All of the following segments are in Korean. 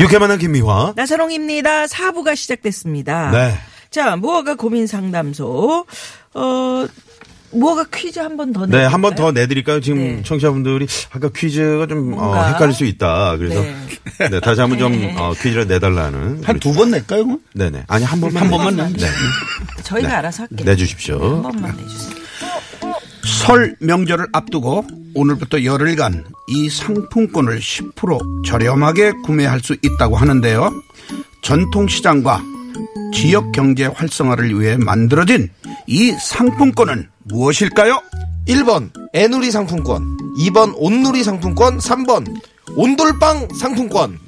유쾌만한 김미화 나선홍입니다. 사부가 시작됐습니다. 네. 자, 무허가 고민 상담소. 어, 무허가 퀴즈 한 번 더. 네, 내볼까요? 한 번 더 내드릴까요? 지금 네. 청취자분들이 아까 퀴즈가 좀 어, 뭔가? 헷갈릴 수 있다. 그래서 네. 네. 다시 한 번 좀 어, 퀴즈를 내달라는. 한 두 번 낼까요? 그럼? 네네. 아니, 한 번만. 한 번만 내- 네. 내주세요. 저희가 알아서 할게요. 한 내주십시오. 번만 내주세요. 설 명절을 앞두고 오늘부터 열흘간 이 상품권을 10% 저렴하게 구매할 수 있다고 하는데요. 전통시장과 지역 경제 활성화를 위해 만들어진 이 상품권은 무엇일까요? 1번 애누리 상품권 2번 온누리 상품권 3번 온돌빵 상품권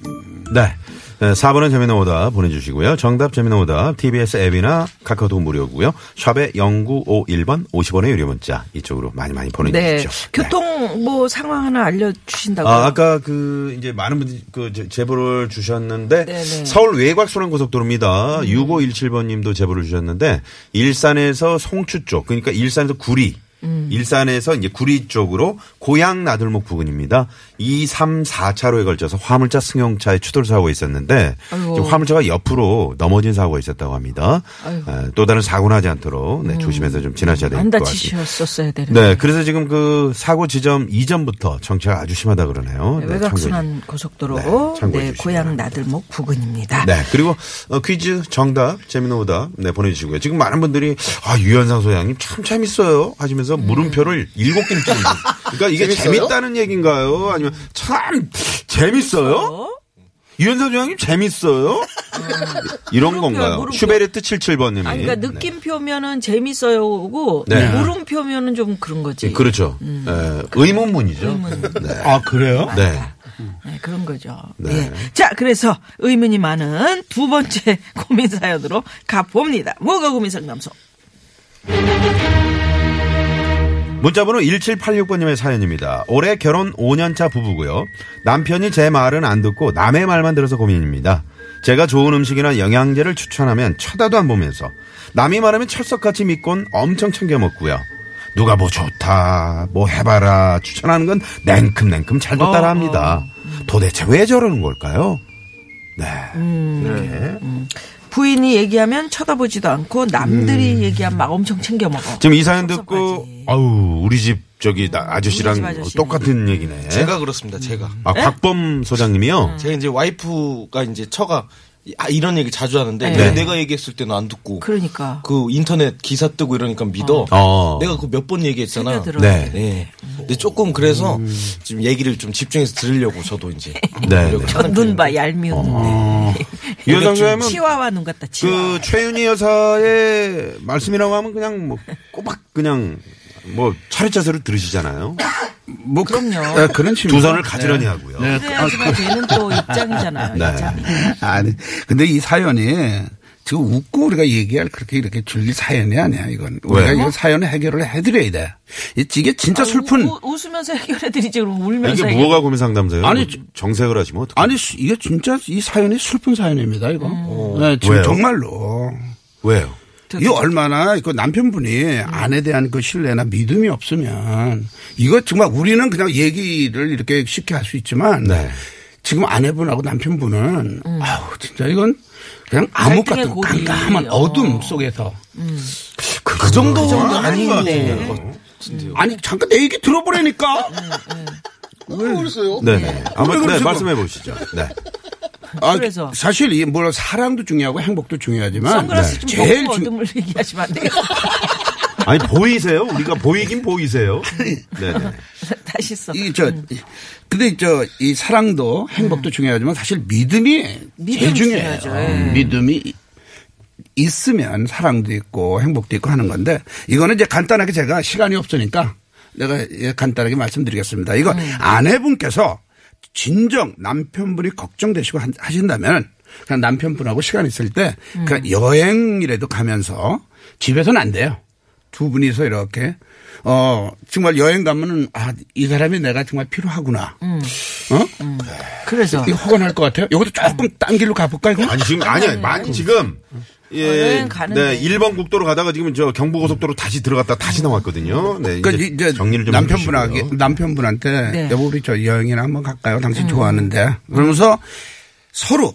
네. 네, 4번은 재미난 오답 보내주시고요. 정답 재미난 오답 TBS 앱이나 카카오톡 무료고요. 샵에 0951번 50원의 유료 문자 이쪽으로 많이 많이 네. 보내주십시오. 네. 교통 뭐 상황 하나 알려주신다고. 아, 아까 그 이제 많은 분들이 그 제- 제보를 주셨는데 네네. 음. 서울 외곽 순환 고속도로입니다. 6517번 님도 제보를 주셨는데 일산에서 송추 쪽 그러니까 일산에서 구리 음. 일산에서 이제 구리 쪽으로 고향 나들목 부근입니다. 2, 3, 4차로에 걸쳐서 화물차 승용차에 추돌 사고가 있었는데 아이고. 지금 화물차가 옆으로 넘어진 사고가 있었다고 합니다. 아이고. 음. 아, 또 다른 사고는 하지 않도록 네, 조심해서 좀 지나셔야 될 안 것 같습니다. 다치셨었어야 되는데. 네, 그래서 지금 그 사고 지점 이전부터 정체가 아주 심하다 그러네요. 네, 참고해 외곽순환 고속도로 네, 네, 참고해 주시기 고향 바랍니다. 나들목 부근입니다. 주- 네, 그리고 어, 퀴즈 정답 재미난 오답 네 보내주시고요. 지금 많은 분들이 아 유현상 소장님 참 재밌어요 하시면서 네. 물음표를 일곱 개를 찍는. 그러니까 이게 재밌어요? 재밌다는 얘기인가요? 아니면 참 재밌어요? 유현상 소장님 재밌어요? 이런 건가요? 네. 물음표. 슈베르트 77번님이. 아니, 그러니까 느낌표면은 재밌어요고 네. 물음표면은 좀 그런 거지. 그렇죠. 음. 예, 의문문이죠. 네. 아, 그래요? 네. 네, 그런 거죠. 예. 자, 그래서 의문이 많은 두 번째 고민 사연으로 가봅니다. 뭐가 고민 상담소? 문자번호 1786번님의 사연입니다. 올해 결혼 5년차 부부고요. 남편이 제 말은 안 듣고 남의 말만 들어서 고민입니다. 제가 좋은 음식이나 영양제를 추천하면 쳐다도 안 보면서 남이 말하면 철석같이 믿곤 엄청 챙겨 먹고요. 누가 뭐 좋다, 뭐 해봐라 추천하는 건 냉큼냉큼 잘도 어, 따라합니다. 도대체 왜 저러는 걸까요? 네. 이렇게. 부인이 얘기하면 쳐다보지도 않고 남들이 얘기하면 막 엄청 챙겨 먹어. 음. 지금 이 사연 듣고 섭섭하지. 아우 우리 집 저기 나- 우리 집 아저씨랑 아저씨네. 똑같은 얘기네. 제가 그렇습니다 제가 아 네? 곽범 소장님이요. 제가 이제 와이프가 이제 처가 이- 아, 이런 얘기 자주 하는데 네. 왜 내가 얘기했을 때는 안 듣고 그 그러니까 인터넷 기사 뜨고 이러니까 믿어 어. 내가 그 몇 번 얘기했잖아 들어. 네. 네. 근데 조금 그래서 지금 얘기를 좀 집중해서 들으려고 저도 이제 네. 어. 노력을 하는 눈봐 얄미운데. 이 여장님은 치와와 눈 같다. 치와와. 그 최윤희 여사의 말씀이라고 하면 그냥 뭐 꼬박 그냥 뭐 차례차례로 들으시잖아요. 뭐, 그럼요. 아, 그런 식으로. 두 손을 가지런히 하고요. 네. 그래야지만 되는 또 입장이잖아요. 아, 네. 입장이. 아니, 근데 이 사연이 지금 웃고 우리가 얘기할 그렇게 이렇게 줄기 사연이 아니야, 이건. 우리가 왜요? 이 사연을 해결을 해드려야 돼. 이- 이게 진짜 슬픈. 우- 웃으면서 해결해드리지 그럼 울면서 아, 이게 해결- 무허가 고민 상담사예요. 네. 아니, 뭐 정색을 하시면 어떡해? 아니, 수- 이게 진짜 이 사연이 슬픈 사연입니다, 이거. 네, 지금 왜요? 정말로. 왜요? 이 얼마나 그 남편분이 아내에 대한 그 신뢰나 믿음이 없으면 이거 정말 우리는 그냥 얘기를 이렇게 쉽게 할 수 있지만 네. 지금 아내분하고 남편분은 아우 진짜 이건 그냥 암흑 갈등의 같은 고리. 깜깜한 어. 어둠 속에서 그 정도는 아닌 것 아닌데. 같아요. 아니 잠깐 내 얘기 들어보라니까 네네. 왜 아무튼 네, 그러시고? 말씀해 보시죠. 네. 아, 그래서. 사실 이 뭐 사랑도 중요하고 행복도 네. 중요하지만 선글라스 좀 제일 벗고 중- 어둠을 얘기하시면 안 돼요. 아니 보이세요? 우리가 보이긴 보이세요. 네네. 다시 써. 이, 저, 근데 저, 이 사랑도 음. 행복도 중요하지만 사실 믿음이 믿음이 제일 중요해요. 중요하죠. 예. 믿음이 이- 있으면 사랑도 있고 행복도 있고 하는 건데 이거는 이제 간단하게 제가 시간이 없으니까 내가 예, 간단하게 말씀드리겠습니다. 이거 음. 아내분께서 진정 남편분이 걱정되시고 한- 하신다면 그냥 남편분하고 시간 있을 때 음. 그냥 여행이라도 가면서 집에서는 안 돼요. 두 분이서 이렇게 어 정말 여행 가면은 아 이 사람이 내가 정말 필요하구나. 음. 어? 그래서 이거 허건할 것 같아요. 이것도 음. 조금 딴 길로 가볼까 이거? 아니 지금 아니야 많이 지금 예, 어, 여행 가는데. 네, 1번 국도로 가다가 지금 저 경부고속도로 다시 들어갔다 다시 나왔거든요. 네, 그러니까 이제 이제 정리를 좀 남편분하게 해주시고요. 남편분한테 네. 음. 여보 우리 저 여행이나 한번 갈까요? 당신 좋아하는데 그러면서 서로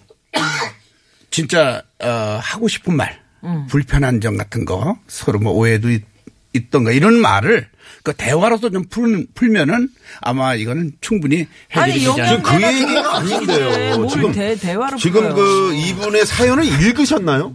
진짜 어, 하고 싶은 말 음. 불편한 점 같은 거 서로 뭐 오해도 있, 있던가 이런 말을 그 대화로서 좀 풀, 풀면은 아마 이거는 충분히 해결이 아니 되지 않을까. 지금 여기 그 얘기는 아닌데요. 지금 뭐 대, 대화로 지금 풀어요. 그 이분의 사연을 읽으셨나요?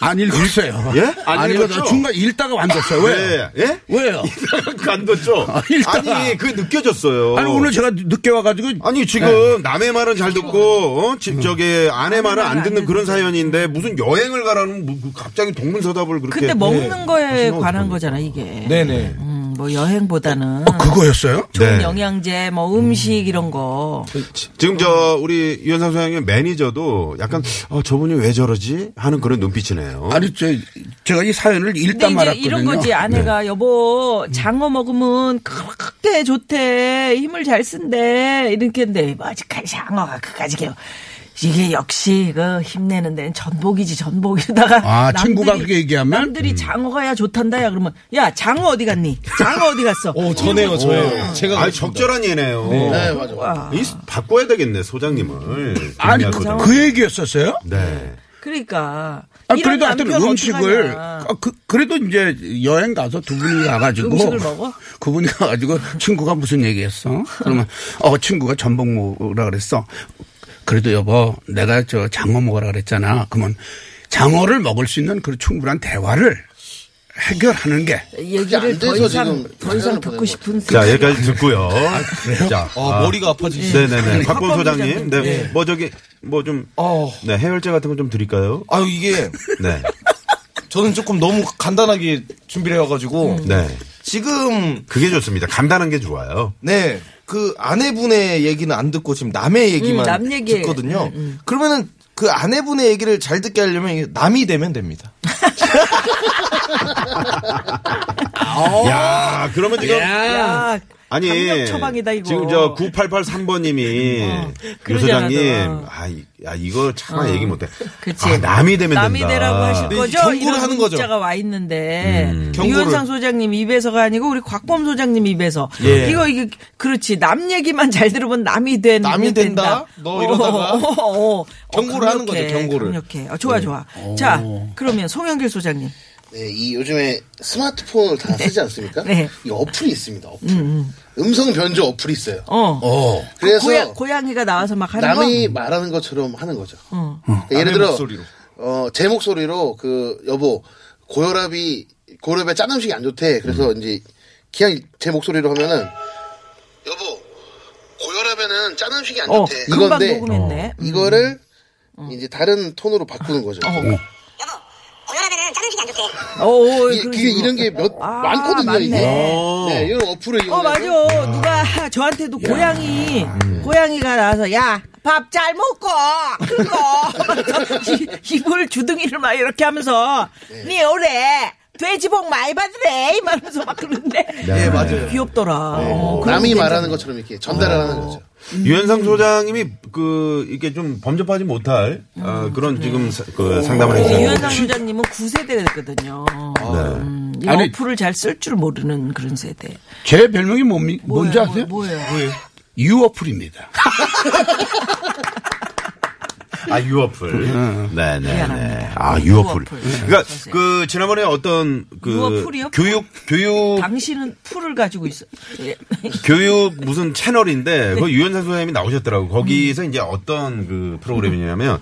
안 읽었어요. 예? 안 안 읽었죠? 읽었어요. 중간 읽다가 완뒀어요. 왜? 예? 예? 왜요? 간뒀죠. 네. 아, 일단. 아니 그 느껴졌어요. 아니 오늘 제가 늦게 와가지고 아니 지금 남의 말은 잘 듣고 어? 집 저기 아내 말은 안 듣는 그런 사연인데 무슨 여행을 가라는 뭐, 그 갑자기 동문서답을 그렇게 근데 뭐 먹는 네. 거에 하시는 관한 어떡합니까? 거잖아 이게. 네네. 음, 뭐 여행보다는 아, 그거였어요? 좋은 네. 영양제, 뭐 음식 이런 거. 지금 저 우리 유현상 소장님 매니저도 약간 어, 저분이 왜 저러지 하는 그런 눈빛이네요. 아니 저 제가 이 사연을 근데 읽다 이제 말았거든요. 네. 이런 거지 아내가 여보 장어 먹으면 그렇게 좋대 힘을 잘 쓴대 이렇게 근데 뭐 아직까지 장어가 그까지 게 이게 역시 그 힘내는 데는 전복이지 전복이다가 아, 친구가 그렇게 얘기하면? 남들이 장어가야 좋단다야 그러면 야 장어 어디 갔니 장어 어디 갔어 오, 저네요, 저예요. 제가. 아니 그렇습니다. 적절한 예네요. 이 바꿔야 되겠네 소장님을. 아니 김미아 그, 소장. 그 얘기였었어요? 네. 그러니까 아, 이런 그래도 하여튼 남편 음식을 어떡하냐. 아, 그, 그래도 이제 여행 가서 두 분이 가가지고 아, 음식을 먹어? 그분이 가가지고 친구가 무슨 얘기했어? 그러면 어 친구가 전복 먹으라 그랬어. 그래도 여보 내가 저 장어 먹으라 그랬잖아. 그러면 장어를 먹을 수 있는 그 충분한 대화를 해결하는 게 얘기를 더 돼서 이상 지금 더 이상 사연을 듣고 보낸 싶은 자 여기까지 듣고요. 자 어, 아, 머리가 아파지시 음, 네네네. 박본 박범 소장님. 네. 예. 소장님. 뭐 저기 뭐 좀 어. 네, 해열제 같은 거 좀 드릴까요? 아유, 이게 네. 저는 조금 너무 간단하게 준비를 해와가지고. 네. 지금, 그게 좋습니다. 간단한 게 좋아요. 네. 그 아내분의 얘기는 안 듣고 지금 남의 음, 얘기만 남 얘기. 듣거든요. 그러면은 그 아내분의 얘기를 잘 듣게 하려면 이게 남이 되면 됩니다. 야, 그러면 지금 어. 야, 아니 강력 처방이다, 이거. 음, 어. 지금 저 9883번님이 유 그러지 소장님 않아도. 어. 아, 이- 야, 이거 차마 얘기 못해. 그치. 아, 남이 되면 남이 된다. 되라고 하실 거죠? 경고를 이런 하는 거죠. 문자가 와 있는데 음. 경고를. 유현상 소장님 입에서가 아니고 우리 곽범 소장님 입에서 예. 이거 이게 그렇지 남 얘기만 잘 들으면 남이 된 어, 남이 된다? 너 이러다가 경고를 하는 거죠, 경고를. 네. 어. 이렇게 어, 좋아 좋아. 자 그러면 송영길 소장님 네, 이 요즘에 스마트폰을 다 쓰지 않습니까? 네. 이 어플이 있습니다. 어플. 음성 변조 어플이 있어요. 어 어. 그래서 고야, 고양이가 나와서 막 하는 남이 거. 말하는 것처럼 하는 거죠. 어. 그러니까 예를 음. 남의 들어 목소리로. 어, 제 목소리로 그 여보 고혈압이 고혈압에 짠 음식이 안 좋대. 그래서 이제 그냥 제 목소리로 하면은 여보 고혈압에는 짠 음식이 안 어 좋대. 금방 예, 이건데 어, 녹음했네. 음. 이거를 이제 다른 톤으로 바꾸는 거죠. 여보, 고혈압에는 짜는 식이 안 좋대. 어, 오, 이게, 그런 그게 식으로. 이런 게 몇 아, 많거든요. 맞네. 이게. 네, 이런 어플을 어 맞아 이용해서 누가 저한테도 고양이 음. 고양이가 나와서 야 밥 잘 먹고 그거 이불 주둥이를 막 이렇게 하면서 네. 니 올해 돼지복 많이 받으래 말하면서 막 그러는데 예, 네, 맞아요. 귀엽더라 어, 그런 네. 남이 게 말하는 것처럼 이렇게 전달을 하는 거죠. 음. 유현상 소장님이 그 이게 좀 범접하지 못할 아, 그런 지금 사- 그 상담을 있잖아요. 해주셨는데 음, 어. 유현상 소장님은 9세대거든요 아. 네. 음, 이 아니- 어플을 잘 쓸 줄 모르는 그런 세대 제 별명이 뭡니, 뭔지 뭐예요? 아세요? 뭐- 뭐예요? 유어풀입니다. 아 유어풀. 네네네. 미안합니다. 아 유어풀. 유어풀. 네. 그러니까 그 지난번에 어떤 그 유어풀이요? 교육 교육 당신은 풀을 가지고 있어 예. 교육 무슨 네. 채널인데 그 유현상 소장님이 나오셨더라고. 거기서 음. 이제 어떤 그 프로그램이냐면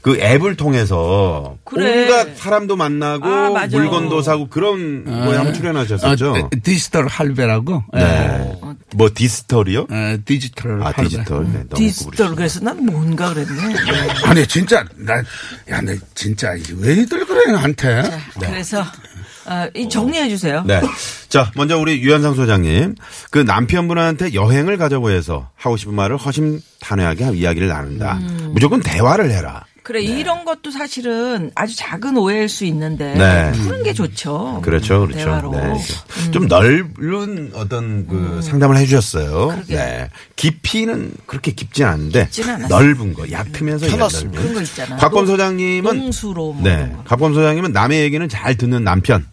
그 앱을 통해서 그래. 온갖 사람도 만나고 아, 맞아. 물건도 사고 그런 거에 한번 출연하셨었죠. 네. 어, 디지털 할배라고. 네. 어, 뭐 디지털이요? 예. 어, 디지털 아 할배. 디지털. 네, 너무 디지털 구부리시네. 그래서 난 뭔가 그랬네 아니 진짜 나 야 나 진짜 왜 이들 그래 나한테. 그래서 아, 이 정리해 주세요. 네. 자, 먼저 우리 유현상 소장님. 그 남편분한테 여행을 가자고 해서 하고 싶은 말을 허심탄회하게 이야기를 나눈다. 음. 무조건 대화를 해라. 그래 이런 것도 사실은 아주 작은 오해일 수 있는데 네. 푸는 게 좋죠. 그렇죠, 음, 그렇죠. 대화로. 음. 네. 좀 넓은 어떤 그 상담을 해주셨어요. 네. 깊이는 그렇게 깊진 않은데 깊진 않았어요. 음. 넓은 거, 얕으면서 얇은. 편하습니다. 그런 거 있잖아. 곽범 농- 소장님은 농수로 뭐 네. 이런 거. 갑범 소장님은 남의 얘기는 잘 듣는 남편.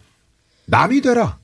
남이 되라.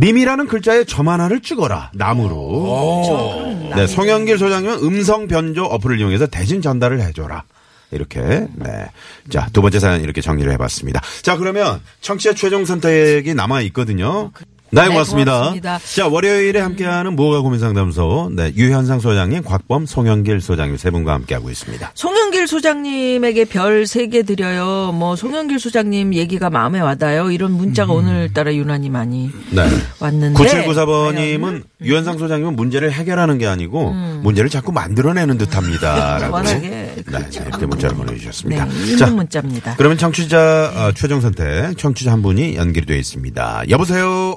님이라는 글자에 점 하나를 찍어라. 남으로. 네, 송영길 소장님은 음성 변조 어플을 이용해서 대신 전달을 해줘라. 이렇게 네. 자, 두 번째 사연 이렇게 정리를 해봤습니다. 자, 그러면 청취자 최종 선택이 남아 있거든요. 네, 네, 고맙습니다. 고맙습니다. 자, 월요일에 함께하는 무허가 고민 상담소. 네, 유현상 소장님, 곽범, 송영길 소장님 세 분과 함께하고 있습니다. 송영길 소장님에게 별 세 개 드려요. 뭐 송영길 소장님 얘기가 마음에 와닿아요. 이런 문자가 음. 오늘따라 유난히 많이 네. 왔는데 네. 9794번님은 유현상 소장님은 문제를 해결하는 게 아니고 문제를 자꾸 만들어내는 듯합니다. 라고 음. 워낙에 네, 그렇죠. 네, 이렇게 문자를 보내주셨습니다. 네, 있는 문자입니다. 그러면 청취자 어, 최종 선택 청취자 한 분이 연결되어 있습니다. 여보세요.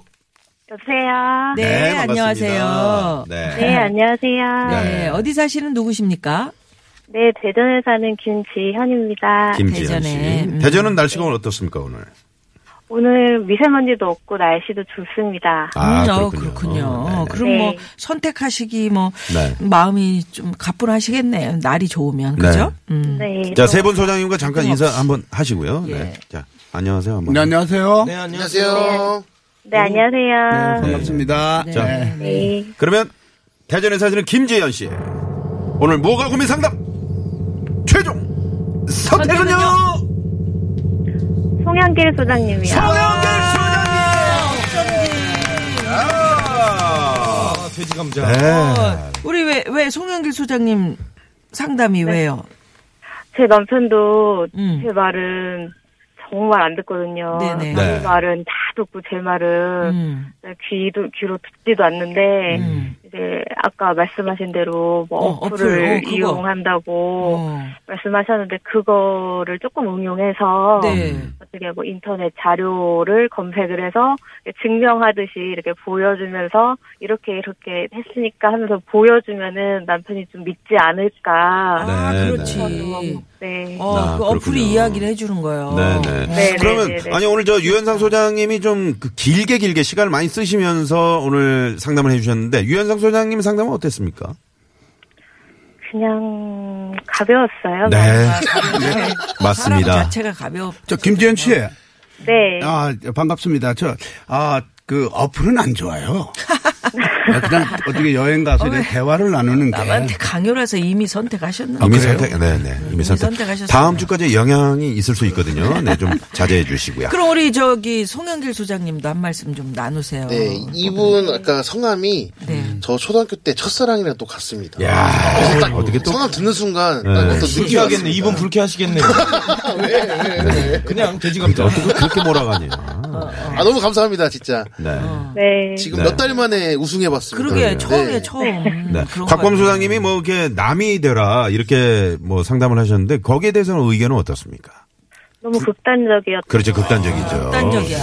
여보세요. 네, 반갑습니다. 안녕하세요. 네. 네. 네, 안녕하세요. 네. 어디 사시는 누구십니까? 네, 대전에 사는 김지현입니다. 김지현 씨. 아, 대전에. 음. 대전은 날씨가 오늘 어떻습니까 오늘? 오늘 미세먼지도 없고 날씨도 좋습니다. 아 음, 어, 그렇군요. 그렇군요. 네, 네. 그럼 뭐 네. 선택하시기 뭐 네. 마음이 좀 가뿐하시겠네요. 날이 좋으면 그죠? 음. 네. 자, 또- 세 분 소장님과 잠깐 인사 한번 하시고요. 네. 예. 네. 자, 안녕하세요. 한번. 네, 안녕하세요. 네, 안녕하세요. 안녕하세요. 네, 안녕하세요. 반갑습니다. 자, 네. 그러면 대전에 사시는 김재현 씨 오늘 뭐가 고민 상담 최종 선택은요 송영길 성형길 소장님이요. 소장님. 아, 돼지 감자. 네. 우리 왜 왜 송영길 소장님 상담이 왜요? 제 남편도 음. 제 말은 정말 안 듣거든요. 네네. 남의 네. 말은 다 듣고 제 말은 네, 음. 귀도 귀로 듣지도 않는데 음. 이제 아까 말씀하신 대로 뭐 어, 어플을 어플, 어, 그거. 이용한다고 어. 말씀하셨는데 그거를 조금 응용해서 네. 음. 어떻게 뭐 인터넷 자료를 검색을 해서 증명하듯이 이렇게 보여주면서 이렇게 이렇게 했으니까 하면서 보여주면은 남편이 좀 믿지 않을까. 아, 네, 그렇지. 네. 어, 아, 그 어플이 그렇군요. 이야기를 해주는 거예요. 네네. 네, 그러면 네, 네. 아니 오늘 저 유현상 소장님이 좀그 길게 길게 시간을 많이 쓰시면서 오늘 상담을 해주셨는데 유현상 소장님 상담은 어땠습니까? 그냥 가벼웠어요. 네. 아, 네. 사람 맞습니다. 자체가 가벼워. 저 김지현 씨. 네. 아, 반갑습니다. 저, 아, 그 어플은 안 좋아요. 네, 그냥 어떻게 여행 가서 이렇게 대화를 나누는 게. 네. 남한테 강요라서 이미 선택하셨는데. 이미 그래요? 선택, 네, 네. 이미 선택. 선택하셨어요. 다음 주까지 영향이 있을 수 있거든요. 네, 좀 자제해 주시고요. 그럼 우리 저기 송영길 소장님도 한 말씀 좀 나누세요. 네, 이분 아까 성함이 네. 저 초등학교 때 첫사랑이랑 또 같습니다. 예. 야, 그래서 딱 어떻게 또 성함 듣는 순간 딱 어떤 느낌이 불쾌하겠네. 왔습니다. 이분 불쾌하시겠네요. 네. 그냥 돼지 감자. 어떻게 어. 그렇게 몰아가냐. 아 너무 감사합니다 진짜. 네. 네. 지금 네. 몇 달 만에 우승해봤습니다. 그러게 네. 처음이에요 네. 처음. 네. 그런 곽범 거 소장님이 뭐 이렇게 남이 되라 이렇게 뭐 상담을 하셨는데 거기에 대해서는 의견은 어떻습니까? 너무 극단적이었. 그렇죠. 극단적이죠. 어. 극단적이야.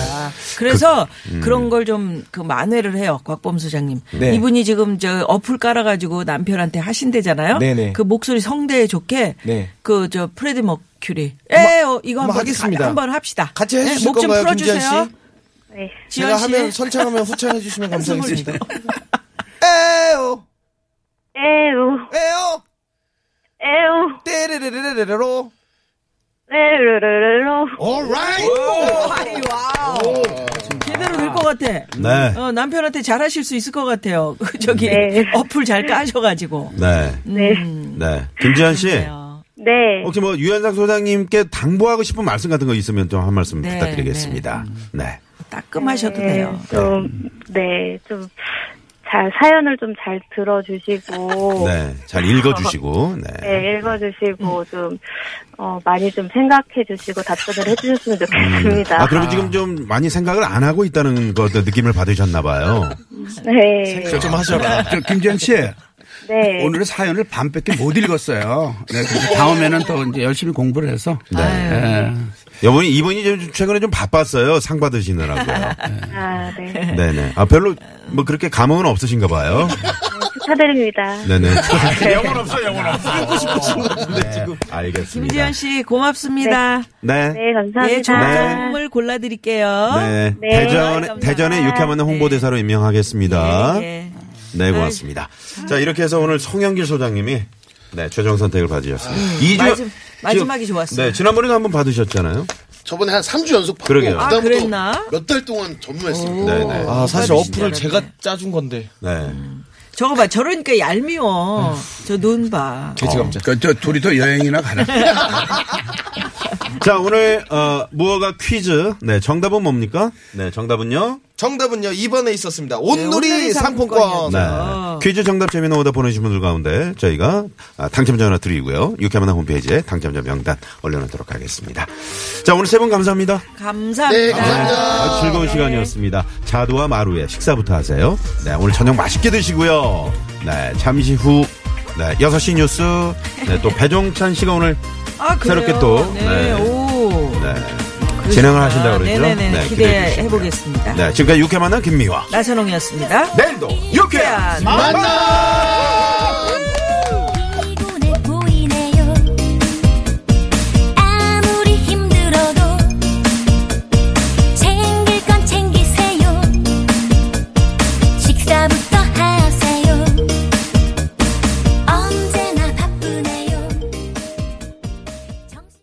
그래서 그, 런 걸 좀 그 만회를 해요. 곽범 소장님. 음. 네. 이분이 지금 저 어플 깔아가지고 남편한테 하신대잖아요. 네네. 그 목소리 성대에 좋게 네. 그 저 프레디 머큐리. 에 어, 이거 한번 한번 하겠습니다. 가- 한번 합시다. 같이 해주실 네, 목좀 건가요, 풀어주세요. 김지현 씨? 네. 제가 지현 씨. 하면 선창하면 후창해 주시면 한숨을 감사하겠습니다. 쉬어. 에오 에우, 에오 에우, 네, 떼르르르르르로. 에르르르로. 아이, 와우. 제대로 될 것 같아. 네. 어, 남편한테 잘하실 수 있을 것 같아요. 그 저기 네. 어플 잘 까셔가지고. 음, 어, 네. 네. 네. 김지현 씨. 네. 혹시 뭐 유현상 소장님께 당부하고 싶은 말씀 같은 거 있으면 좀 한 말씀 네, 부탁드리겠습니다. 네. 따끔하셔도 돼요. 좀, 네, 좀, 잘, 사연을 좀 잘 들어주시고. 네. 잘 읽어주시고. 네. 네, 읽어주시고, 좀, 어, 많이 좀 생각해 주시고, 답변을 해 주셨으면 좋겠습니다. 아, 그러면 지금 좀 많이 생각을 안 하고 있다는 것 느낌을 받으셨나 봐요. 네. 좀 하셔라. 저 김지현 씨. 네. 오늘의 사연을 반밖에 못 읽었어요. 네, 그래서 다음에는 또 이제 열심히 공부를 해서. 네. 여분이 이분이 좀 최근에 좀 바빴어요. 상 받으시느라고요. 아, 네. 네네. 아 별로 뭐 그렇게 감흥은 없으신가 봐요. 축하드립니다. 네네. 아, 영혼 없어, 영혼 없어. 네. 알겠습니다. 김지현 씨 고맙습니다. 네. 네, 감사합니다. 예, 종을 골라드릴게요. 네. 네. 대전 대전의 유쾌한 만남 홍보대사로 임명하겠습니다. 네. 예, 아. 예. 네, 고맙습니다. 자, 이렇게 해서 오늘 송영길 소장님이 네, 최종 선택을 받으셨습니다. 이주 아. 마지- 마지막이 좋았어요. 네, 지난번에도 한번 받으셨잖아요. 저번에 한 3주 연속 받고 그러게요. 아, 그랬나? 몇 달 동안 전무했습니다. 네, 네. 아, 사실 받으시지 어플을 않았네. 제가 짜준 건데. 네. 저거 봐, 저러니까 얄미워. 저 눈 봐. 개지감자. 그, 저 둘이 더 여행이나 가라. 자, 오늘 어, 무허가 퀴즈. 네, 정답은 뭡니까? 네, 정답은요. 정답은요, 2번에 있었습니다. 네, 온누리 온누리 상품권. 네. 아. 퀴즈 정답 재미는 오다 보내주신 분들 가운데 저희가 아, 당첨자 하나 드리고요. 유쾌한 홈페이지에 당첨자 명단 올려놓도록 하겠습니다. 자, 오늘 세 분 감사합니다. 네, 네. 감사합니다. 네. 아주 즐거운 시간이었습니다. 자두와 마루의 식사부터 하세요. 네, 오늘 저녁 맛있게 드시고요. 네, 잠시 후 네, 6시 뉴스. 네, 또 배종찬 씨가 오늘 아, 그래요? 새롭게 또, 네. 네. 오. 네, 진행을 하신다고 그랬죠? 네네네. 네, 기대해 네, 기대해 주시고요. 보겠습니다. 네, 지금까지 유쾌만한 김미화. 나선홍이었습니다. 내일도 유쾌한 유쾌한 만나!